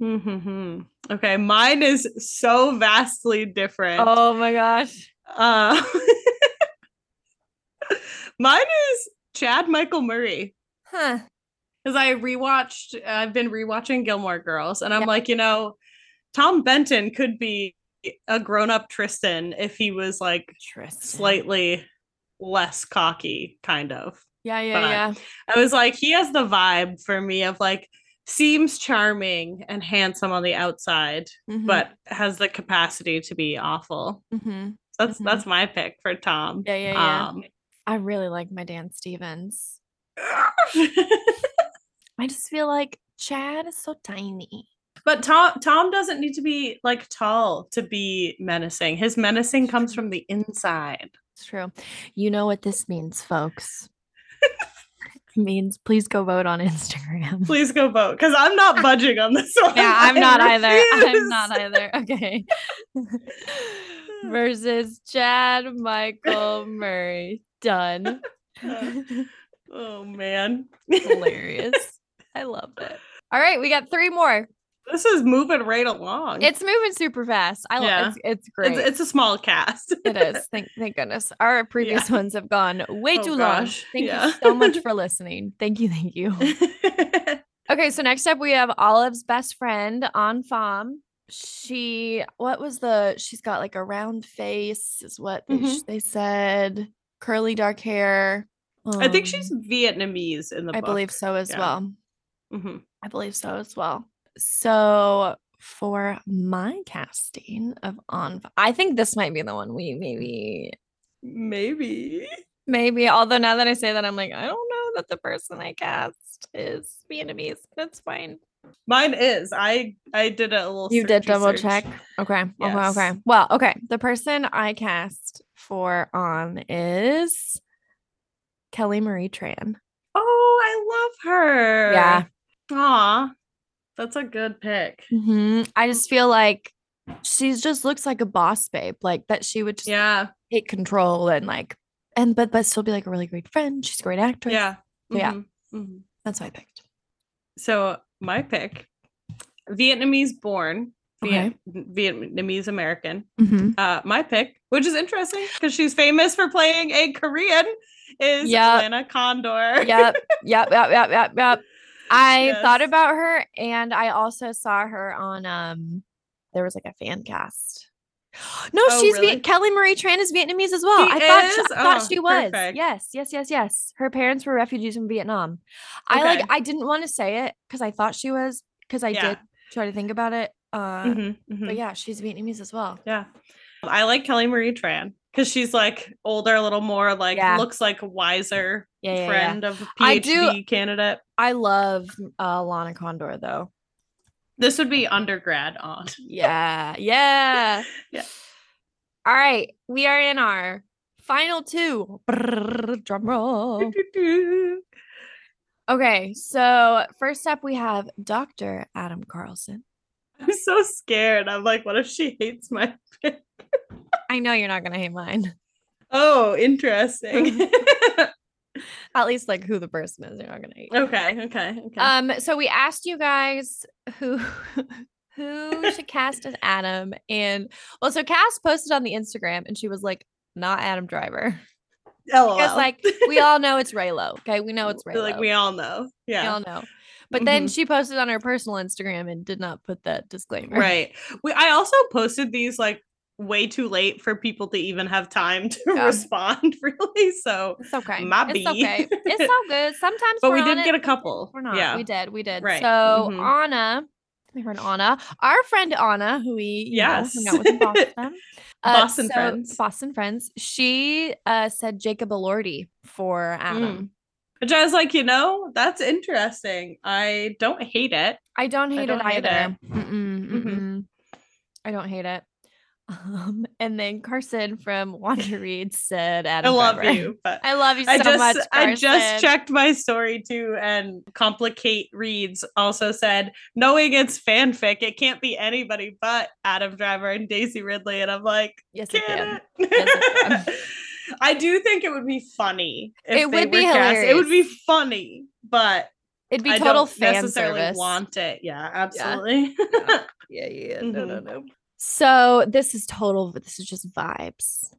S2: Hmm. Okay, mine is so vastly different.
S1: my gosh.
S2: Uh, [laughs] mine is Chad Michael Murray
S1: Huh.
S2: because I rewatched. I've been rewatching Gilmore Girls, and I'm
S1: Yeah.
S2: like, you know, Tom Benton could be a grown-up Tristan if he was like
S1: Interesting.
S2: slightly less cocky, kind of.
S1: Yeah, yeah,
S2: but-
S1: yeah.
S2: I was like, he has the vibe for me of like seems charming and handsome on the outside,
S1: Mm-hmm.
S2: but has the capacity to be awful.
S1: hmm
S2: That's
S1: Mhm.
S2: that's my pick for Tom.
S1: Yeah, yeah, yeah.
S2: Um,
S1: I really like my Dan Stevens.
S2: Um, [laughs]
S1: I just feel like Chad is so tiny.
S2: but Tom Tom doesn't need to be like tall to be menacing. His menacing comes from the inside.
S1: It's true. You know what this means,
S2: [laughs]
S1: folks. it means please go vote on Instagram.
S2: Please go vote because
S1: [laughs]
S2: I'm not budging on this one.
S1: Yeah, I'm
S2: I
S1: not either. I'm
S2: refuse.
S1: not [laughs] either. Okay. Versus Chad Michael Murray. [laughs] Done.
S2: Oh man,
S1: Hilarious. I love it. All right, we got three more.
S2: this is moving right along.
S1: It's moving super fast. I love
S2: Yeah.
S1: it's, it's great.
S2: it's,
S1: It's,
S2: it's a small cast.
S1: Thank thank goodness. Our previous ones have gone way
S2: Oh,
S1: too
S2: gosh.
S1: long. Thank
S2: Yeah.
S1: you so [laughs] much for listening. Thank you. Thank you. Okay, so next up we have Olive's best friend on farm. She what was the she's got like a round face is what
S2: Mm-hmm.
S1: they, sh- they said, curly dark hair.
S2: [laughs] I think she's
S1: Um,
S2: Vietnamese in the
S1: I
S2: book.
S1: believe so as
S2: yeah.
S1: well.
S2: hmm
S1: I believe so as well. So for my casting of on I think this might be the one we maybe
S2: Maybe.
S1: Maybe, although now that I say that, I'm like, I don't know that the person I cast is Vietnamese. That's fine.
S2: Mine is. I I did a little
S1: You did
S2: searchy
S1: double
S2: search.
S1: check. Okay. Okay.
S2: Yes.
S1: Okay. Well, okay. The person I cast for on is Kelly Marie Tran.
S2: Oh, I love her.
S1: Yeah.
S2: Aw. That's a good pick.
S1: Mhm. I just feel like she just looks like a boss babe, like that she would just
S2: Yeah.
S1: take control and like, and but but still be like a really great friend. She's a great actress.
S2: Yeah.
S1: So, yeah.
S2: Mhm, mhm.
S1: That's why I picked.
S2: So my pick, Vietnamese born, Viet- Vietnamese American.
S1: Mm-hmm.
S2: Uh, my pick, which is interesting because she's famous for playing a Korean, is
S1: Yep.
S2: Lana Condor.
S1: yep, yep, yep, yep, yep, yep. I thought
S2: Yes.
S1: about her, and I also saw her on um. There was like a fan cast. No,
S2: Oh,
S1: she's
S2: really?
S1: Viet- Kelly Marie Tran is Vietnamese as well.
S2: She
S1: I thought she,
S2: is?
S1: I thought
S2: Oh,
S1: she was.
S2: perfect.
S1: Yes, yes, yes, yes. Her parents were refugees from Vietnam. I
S2: Okay.
S1: like. I didn't want to say it because I thought she was because I
S2: Yeah.
S1: did try to think about it. Uh,
S2: Mhm, mhm.
S1: But yeah, she's Vietnamese as well.
S2: Yeah. I like Kelly Marie Tran because she's like older, a little more like
S1: Yeah.
S2: looks like a wiser
S1: Yeah, yeah, yeah.
S2: friend of a
S1: I do-
S2: PhD candidate.
S1: I love uh, Lana Condor though.
S2: This would be undergrad on. [laughs]
S1: Yeah, [laughs] yeah.
S2: Yeah.
S1: All right, we are in our final two. Brrrr, Drum [laughs] roll. Okay, so first up we have Dr. Adam Carlson.
S2: I'm so scared. I'm like, what if she hates my [laughs] pick?
S1: I know you're not going to hate mine. [laughs]
S2: Oh, interesting.
S1: At least like who the person is, you're not going to hate.
S2: [laughs] okay, okay, okay.
S1: Um so we asked you guys who [laughs] who should cast as Adam and well so Cass posted on the Instagram and she was like not Adam Driver. [laughs]
S2: LOL.
S1: Because like we all know it's Raylo. Okay, we [laughs] know it's Raylo.
S2: like we all know.
S1: We
S2: Yeah. Mm-hmm.
S1: all know. But then she posted
S2: [laughs]
S1: on her personal Instagram and did not put that disclaimer.
S2: Right. We I also posted these like way too late for people to even have time [laughs] to
S1: Yeah.
S2: respond, [laughs] really. So,
S1: It's okay.
S2: My
S1: it's
S2: bee. [laughs]
S1: okay. It's all good. Sometimes,
S2: but
S1: we're
S2: we
S1: on
S2: did
S1: it,
S2: get a
S1: sometimes
S2: couple.
S1: We're not.
S2: Yeah.
S1: We did. We did.
S2: Right.
S1: So
S2: Mhm.
S1: Anna, my friend Anna, our friend Anna, who we you know, hung out with in
S2: Yes. [laughs]
S1: Boston, Uh,
S2: Boston friends.
S1: Boston friends. She uh, said Jacob Elordi for
S2: Mm.
S1: Adam.
S2: Which I was like, you know, that's interesting. I don't hate it.
S1: I don't hate
S2: don't
S1: it
S2: hate
S1: either. Mm-mm,
S2: Mhm.
S1: mm-mm. I don't hate it. [laughs] Um, and then Carson from Wanda Reed said,
S2: I
S1: "Adam,
S2: love
S1: Driver.
S2: you, but
S1: I love you so
S2: I just
S1: much."
S2: I
S1: Carson.
S2: just checked my story too, and complicate reads also said knowing it's fanfic, it can't be anybody but Adam Driver and Daisy Ridley, and I'm like,
S1: Yes, it
S2: can
S1: Yes,
S2: it? [laughs] I do think it would be funny. If
S1: It would
S2: they
S1: be
S2: were cast. It would be
S1: hilarious.
S2: funny, but
S1: It'd be
S2: I
S1: total
S2: don't
S1: fan
S2: necessarily
S1: service.
S2: want it. Yeah, absolutely. [laughs]
S1: yeah, yeah.
S2: no, no,
S1: Mm-hmm. So this is total. This is just vibes.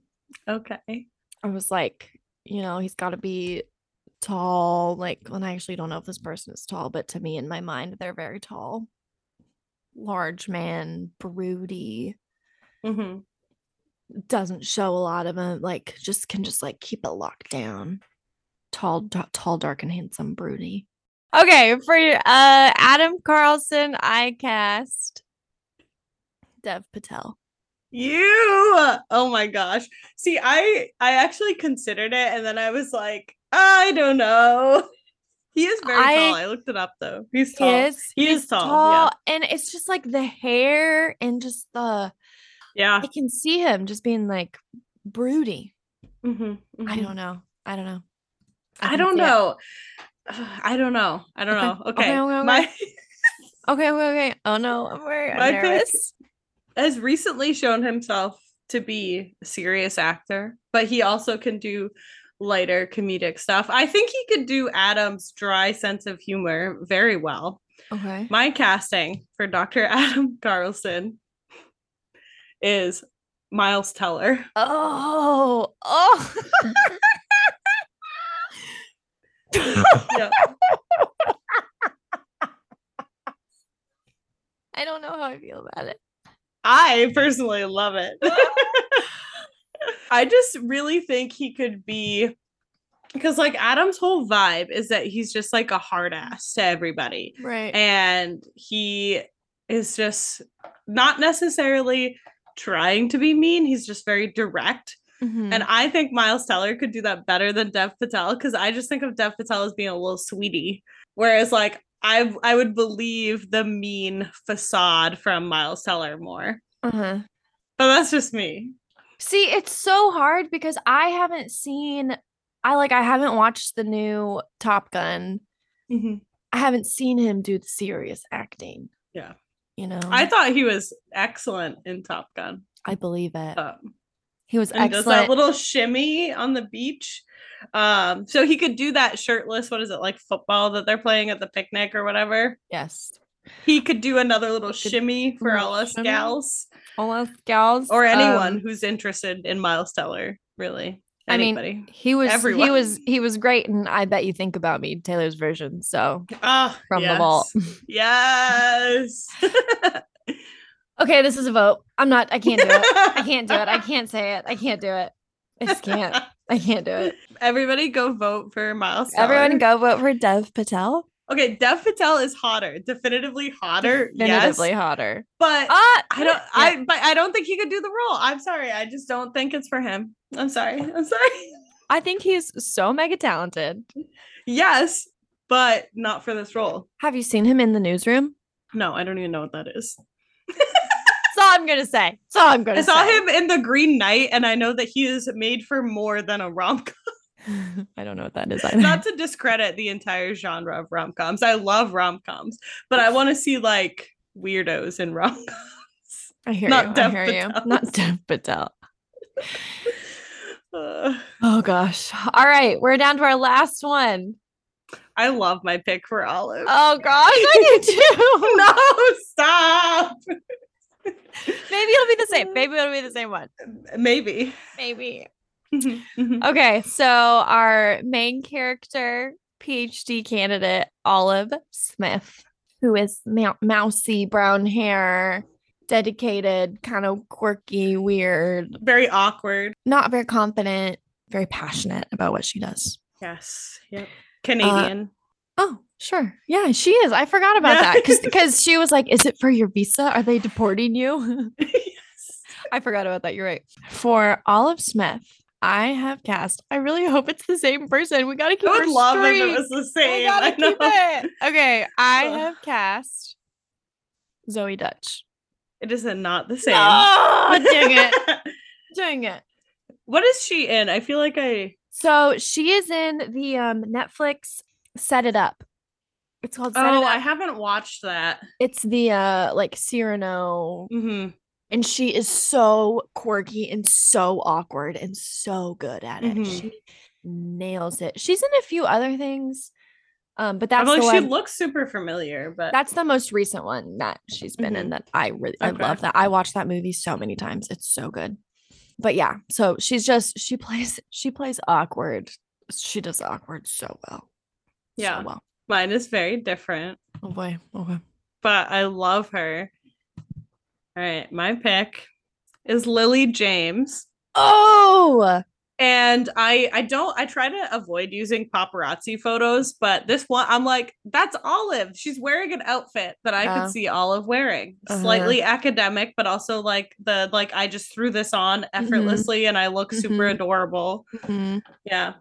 S2: okay.
S1: I was like, you know, he's got to be tall. Like, when I actually don't know if this person is tall, but to me in my mind, they're very tall, large man, broody, Mm-hmm.
S2: hmm
S1: doesn't show a lot of him. Like, just can just like keep it locked down. Tall, d- tall, dark, and handsome, broody. Okay, for uh Adam Carlson, I cast Dev Patel.
S2: You oh my gosh. See, I I actually considered it and then I was like, I don't know. [laughs] He is very
S1: I-
S2: tall. I looked it up though. He's
S1: He
S2: tall.
S1: is.
S2: He
S1: He's
S2: is tall, yeah.
S1: And it's just like the hair and just
S2: Ah.
S1: the
S2: Yeah.
S1: I can see him just being like broody.
S2: Mhm,
S1: I
S2: mhm.
S1: don't know. I don't know.
S2: I
S1: can
S2: don't
S1: see it.
S2: know. [sighs] I don't know. I don't
S1: Okay,
S2: know.
S1: okay, okay,
S2: Okay.
S1: okay.
S2: My [laughs]
S1: Okay, okay, okay. Oh no, I'm worried. I'm
S2: My pick- [laughs]
S1: nervous.
S2: has recently shown himself to be a serious actor, but he also can do lighter comedic stuff. I think he could do Adam's dry sense of humor very well.
S1: Okay.
S2: My casting for Dr. [laughs] Adam Carlson is Miles Teller.
S1: Oh, oh. [laughs]
S2: Yeah.
S1: I don't know how I feel about [laughs] it.
S2: I personally love it. [laughs] I just really think he could be because like Adam's whole vibe is that he's just like a hard ass to everybody.
S1: Right.
S2: and he is just not necessarily trying to be mean he's just very direct and
S1: Mm-hmm.
S2: i think miles teller could do that better than dev patel because i just think of dev patel as being a little sweetie whereas like i i would believe the mean facade from miles teller more
S1: uh-huh.
S2: but that's just me
S1: See, it's so hard because I haven't seen I like I haven't watched the new Top Gun. I haven't seen him do the serious acting.
S2: Yeah.
S1: You know,
S2: i
S1: I,
S2: thought he was excellent in top gun
S1: believe it.
S2: um,
S1: He was
S2: and does that
S1: excellent.
S2: little shimmy on the beach. Um, so he could do that shirtless, what is it, like football that they're playing at the picnic or whatever.
S1: yes.
S2: He could do another little
S1: He could
S2: shimmy for
S1: little
S2: all us
S1: shimmy.
S2: gals
S1: All us gals.
S2: or anyone
S1: um,
S2: who's interested in Miles Teller, really.
S1: I mean,
S2: Anybody. mean,
S1: he was
S2: Everyone.
S1: he was he was great and I bet you think about me, Taylor's version. So
S2: oh,
S1: from the vault.
S2: [laughs] Yes.
S1: Okay, this is a vote. I'm not I can't do it. I
S2: I
S1: can't do
S2: [laughs]
S1: it. I can't say it. I can't do it. I just can't. I can't do it.
S2: Everybody go vote for Miles Teller.
S1: Everyone go vote for Dev Patel.
S2: Okay, Dev Patel is hotter. Definitively hotter.
S1: Definitively
S2: yes.
S1: hotter.
S2: But
S1: Ah,
S2: I don't
S1: yeah.
S2: I but I don't think he could do the role. I'm sorry. I just don't think it's for him. I'm sorry. [laughs] I'm sorry.
S1: I think he's so mega talented.
S2: Yes, but not for this role.
S1: Have you seen him in the newsroom?
S2: No, I don't even know what that is.
S1: That's all I'm gonna say. That's all I'm gonna
S2: I saw
S1: say.
S2: him in The Green Knight and I know that he is made for more than a rom-com.
S1: [laughs] I don't know what that is either.
S2: not to discredit the entire genre of rom-coms. I love rom-coms, but I want to see like weirdos in [laughs] rom-coms.
S1: [laughs] I hear
S2: not
S1: you.
S2: Dev
S1: I hear
S2: Patel.
S1: you. Not Dev Patel.
S2: Uh,
S1: [laughs] Oh gosh. All right, we're down to our last one.
S2: I love my pick for Olive.
S1: Oh [laughs] gosh, I do [laughs] too.
S2: [laughs] no, stop.
S1: Maybe it'll be the [laughs] same. Maybe it'll be the same one. [laughs]
S2: Maybe.
S1: Maybe.
S2: Mhm, mhm.
S1: Okay, so our main character, PhD candidate Olive Smith, who is mou- mousy brown hair, dedicated, kind of quirky, weird,
S2: Very awkward.
S1: not very confident, very passionate about what she does.
S2: Yes. Yep. Canadian.
S1: Oh, sure. Yeah, she is. I forgot about
S2: Yeah.
S1: that [laughs] because because she was like, "Is it for your visa? Are they deporting you?"
S2: [laughs]
S1: [laughs]
S2: yes.
S1: I forgot about that. You're right. For Olive Smith, I have cast. I really hope it's the same person. We gotta keep.
S2: I
S1: our
S2: would love if
S1: streak.
S2: it was the
S1: We
S2: same.
S1: gotta
S2: I know.
S1: keep it. Okay, I
S2: Ugh.
S1: have cast Zoe Dutch.
S2: It is not the
S1: [laughs]
S2: same. [laughs]
S1: Oh, dang it! Dang it.
S2: what is she in? I feel like I
S1: So she is in the um, Netflix Set It Up. It's called Set
S2: Oh,
S1: It Up.
S2: I haven't watched that.
S1: it's the uh like Cyrano
S2: hmm
S1: and she is so quirky and so awkward and so good at it.
S2: Mhm.
S1: She nails it. She's in a few other things. Um but that's
S2: Although
S1: the
S2: she
S1: one,
S2: looks super familiar, but
S1: that's the most recent one that she's been in that I really I
S2: Okay.
S1: love that. I watched that movie so many times. It's so good. But yeah, so she's just she plays she plays awkward. She does awkward so well. So
S2: yeah,
S1: well.
S2: mine is very different.
S1: Oh boy. Okay.
S2: But I love her. All right, my pick is Lily James.
S1: Oh,
S2: and i i don't i try to avoid using paparazzi photos but this one i'm like that's olive she's wearing an outfit that i
S1: Oh.
S2: could see olive wearing
S1: Uh-huh.
S2: slightly academic but also like the like i just threw this on
S1: Mm-hmm.
S2: effortlessly and i look super
S1: Mhm.
S2: adorable
S1: Mhm.
S2: yeah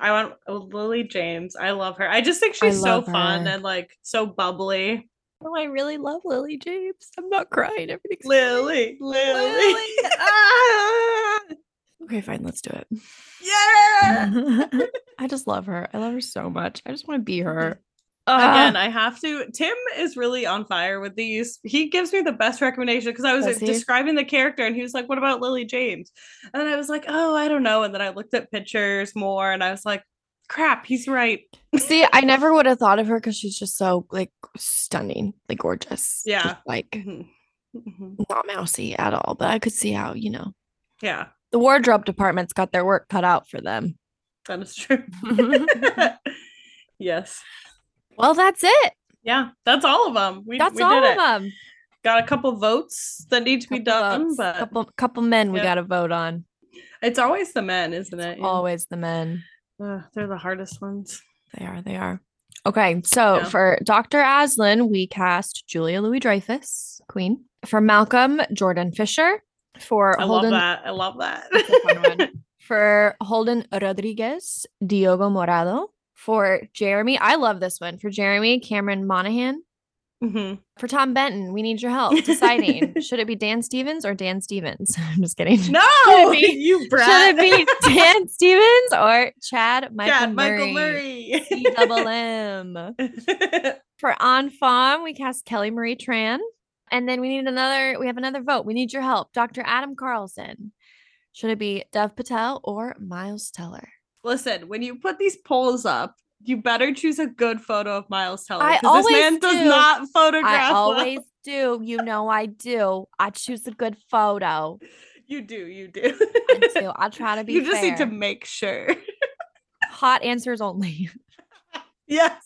S2: i want oh, lily james i love her i just think
S1: I
S2: she's so
S1: love
S2: fun
S1: her.
S2: and like so bubbly
S1: oh, I really love Lily James. I'm not crying. Everything's
S2: lily lily [laughs]
S1: Lily.
S2: Ah!
S1: okay. Fine, let's do it. [laughs]
S2: yeah
S1: I just love her. I love her so much. I just want to be her.
S2: Again,
S1: Ah,
S2: I have to. Tim is really on fire with these. He gives me the best recommendation because I was
S1: Does
S2: like,
S1: he?
S2: describing the character and he was like, What about Lily James? And then I was like, Oh, I don't know. And then I looked at pictures more and I was like, Crap, he's right.
S1: see, I never would have thought of her because she's just so like stunning, like gorgeous. just,
S2: Yeah.
S1: like
S2: Mhm. Mhm.
S1: not mousy at all. But I could see how you know
S2: yeah,
S1: the wardrobe department's got their work cut out for
S2: [laughs]
S1: them. [laughs]
S2: that is true.
S1: Mm-hmm.
S2: [laughs] yes.
S1: well, that's it.
S2: Yeah, that's all of them. We,
S1: That's
S2: we
S1: all
S2: did
S1: of
S2: it.
S1: them.
S2: Got a couple votes that need to be done,
S1: votes,
S2: but
S1: couple, couple men we
S2: Yeah.
S1: got to vote on.
S2: it's always the men, isn't it?
S1: It's
S2: Yeah.
S1: always the men.
S2: Ugh, they're the hardest ones.
S1: They are. They are. Okay. So
S2: Yeah.
S1: for Dr. Aslan, we cast Julia Louis Dreyfus, Queen. For Malcolm, Jordan Fisher. For
S2: I
S1: Holden,
S2: love that. I love that.
S1: That's a fun
S2: [laughs]
S1: one. for Holden Rodriguez, Diogo Morado. For Jeremy, I love this one. For Jeremy, Cameron Monahan.
S2: Mhm.
S1: For Tom Benton, we need your help
S2: [laughs]
S1: deciding should it be Dan Stevens or Dan Stevens? [laughs] I'm just kidding.
S2: No,
S1: Should it be-
S2: [laughs] you
S1: Should
S2: brat. [laughs]
S1: it be Dan Stevens or Chad Michael
S2: Chad
S1: Murray?
S2: Michael Murray.
S1: C double M.
S2: [laughs]
S1: For on farm, we cast Kelly Marie Tran. And then we need another, we have another vote. We need your help. Dr. Adam Carlson. Should it be Dev Patel or Miles Teller?
S2: Listen, when you put these polls up, you better choose a good photo of Miles Teller.
S1: I
S2: 'cause this
S1: always
S2: man
S1: do.
S2: does not
S1: I
S2: [laughs] photograph.
S1: always
S2: well.
S1: do. You know I do. I choose the good photo.
S2: You do. You do.
S1: I
S2: [laughs]
S1: do. I try to be
S2: you just need to
S1: fair.
S2: make sure. [laughs]
S1: hot answers only. [laughs]
S2: yes.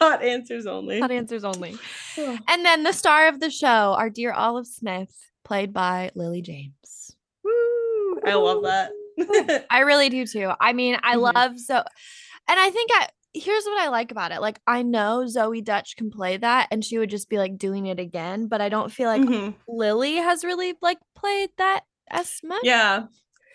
S2: Hot answers only.
S1: hot answers only.
S2: Ugh.
S1: And then the star of the show, our dear Olive Smith, played by Lily James.
S2: Woo. I love that.
S1: [laughs] I really do too. I mean, I
S2: Mhm.
S1: love so, and I think I here's what I like about it. Like, I know Zoe Dutch can play that, and she would just be like doing it again. But I don't
S2: [laughs]
S1: feel like
S2: Mhm.
S1: Lily has really like played that as much.
S2: Yeah.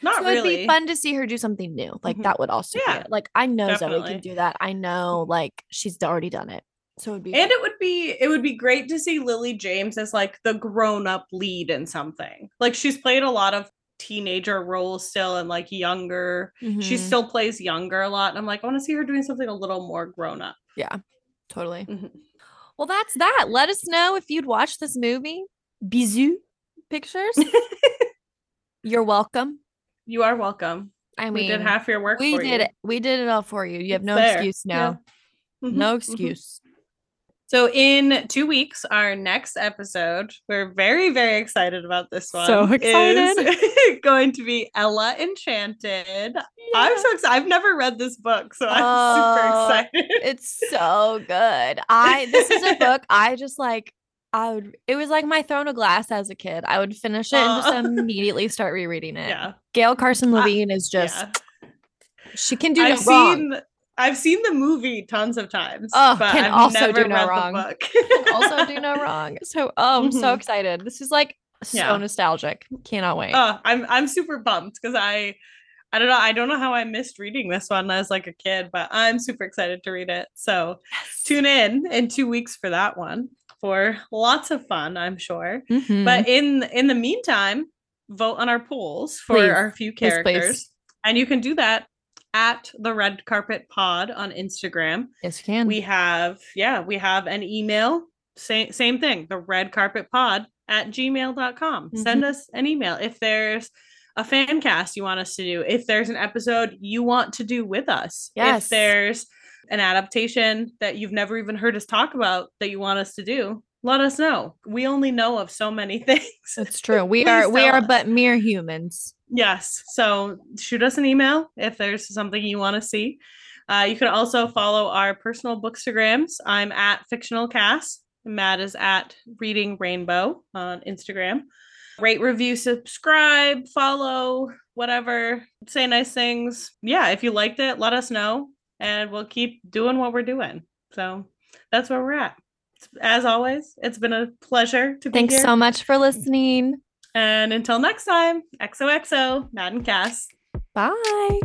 S2: Not
S1: so
S2: really.
S1: it'd be fun to see her do something new. Like
S2: Mhm.
S1: that would also be
S2: Yeah,
S1: it. like I know Zoe
S2: definitely.
S1: can do that. I know like she's already done it. So it'd be
S2: And
S1: fun.
S2: it would be it would be great to see Lily James as like the grown-up lead in something. Like she's played a lot of teenager roles still and like younger. She
S1: Mhm.
S2: still plays younger a lot. And I'm like, I want to see her doing something a little more grown up.
S1: totally.
S2: Mhm.
S1: Well, that's that. Let us know if you'd watch this movie. Bisous pictures.
S2: [laughs]
S1: You're welcome.
S2: You are welcome.
S1: I mean,
S2: we did half your work.
S1: we
S2: for
S1: did
S2: you.
S1: it. We did it all for you. You have
S2: It's
S1: no
S2: there.
S1: excuse
S2: Yeah.
S1: now.
S2: Mhm,
S1: No
S2: mhm.
S1: excuse.
S2: So in two weeks, our next episode, we're very, very excited about this one.
S1: So
S2: Is [laughs] going to be Ella Enchanted. I'm so excited. I've never read this book, so I'm
S1: Oh, Eh,
S2: super excited. [laughs]
S1: it's so good. I this is a book I just like I would. It was like my Throne of Glass as a kid. I would finish it and
S2: Aw.
S1: just immediately start rereading it.
S2: [laughs] Yeah.
S1: Gail Carson
S2: I-
S1: Levine is just
S2: yeah.
S1: she can do no
S2: I've
S1: wrong.
S2: seen I've seen the movie tons of times.
S1: Oh, can also do no
S2: the
S1: wrong.
S2: book.
S1: also
S2: [laughs]
S1: do no wrong. So oh, I'm so
S2: Mhm.
S1: excited. This is like so
S2: Yeah.
S1: nostalgic. Cannot wait.
S2: Oh, I'm I'm super pumped because I I don't know I don't know how I missed reading this one as like a kid, but I'm super excited to read it. So tune in in two weeks for that one for lots of fun, I'm sure.
S1: Mhm.
S2: But in in the meantime, vote on our polls for
S1: Please.
S2: our few
S1: Yes, please.
S2: characters, and you can do that at the Red Carpet Pod on Instagram.
S1: yes, you can.
S2: we have yeah we have an email same same thing the red carpet pod at gmail.com send us an email if there's a fan cast you want us to do if there's an episode you want to do with us
S1: Yes.
S2: if there's an adaptation that you've never even heard us talk about that you want us to do let us know we only know of so many [laughs] things
S1: It's
S2: [laughs]
S1: true. We
S2: Please
S1: are we
S2: tell
S1: are
S2: us.
S1: but mere humans.
S2: Yes. So shoot us an email if there's something you want to see. Uh, you can also follow our personal bookstagrams. I'm at fictional cast. Matt is at reading rainbow on Instagram. Rate, review, subscribe, follow, whatever. Say nice things. Yeah. If you liked it, let us know and we'll keep doing what we're doing. So that's where we're at. As always, it's been a pleasure to be
S1: Thanks
S2: here.
S1: so much for listening.
S2: And until next time, XOXO, Madden Cass.
S1: Bye.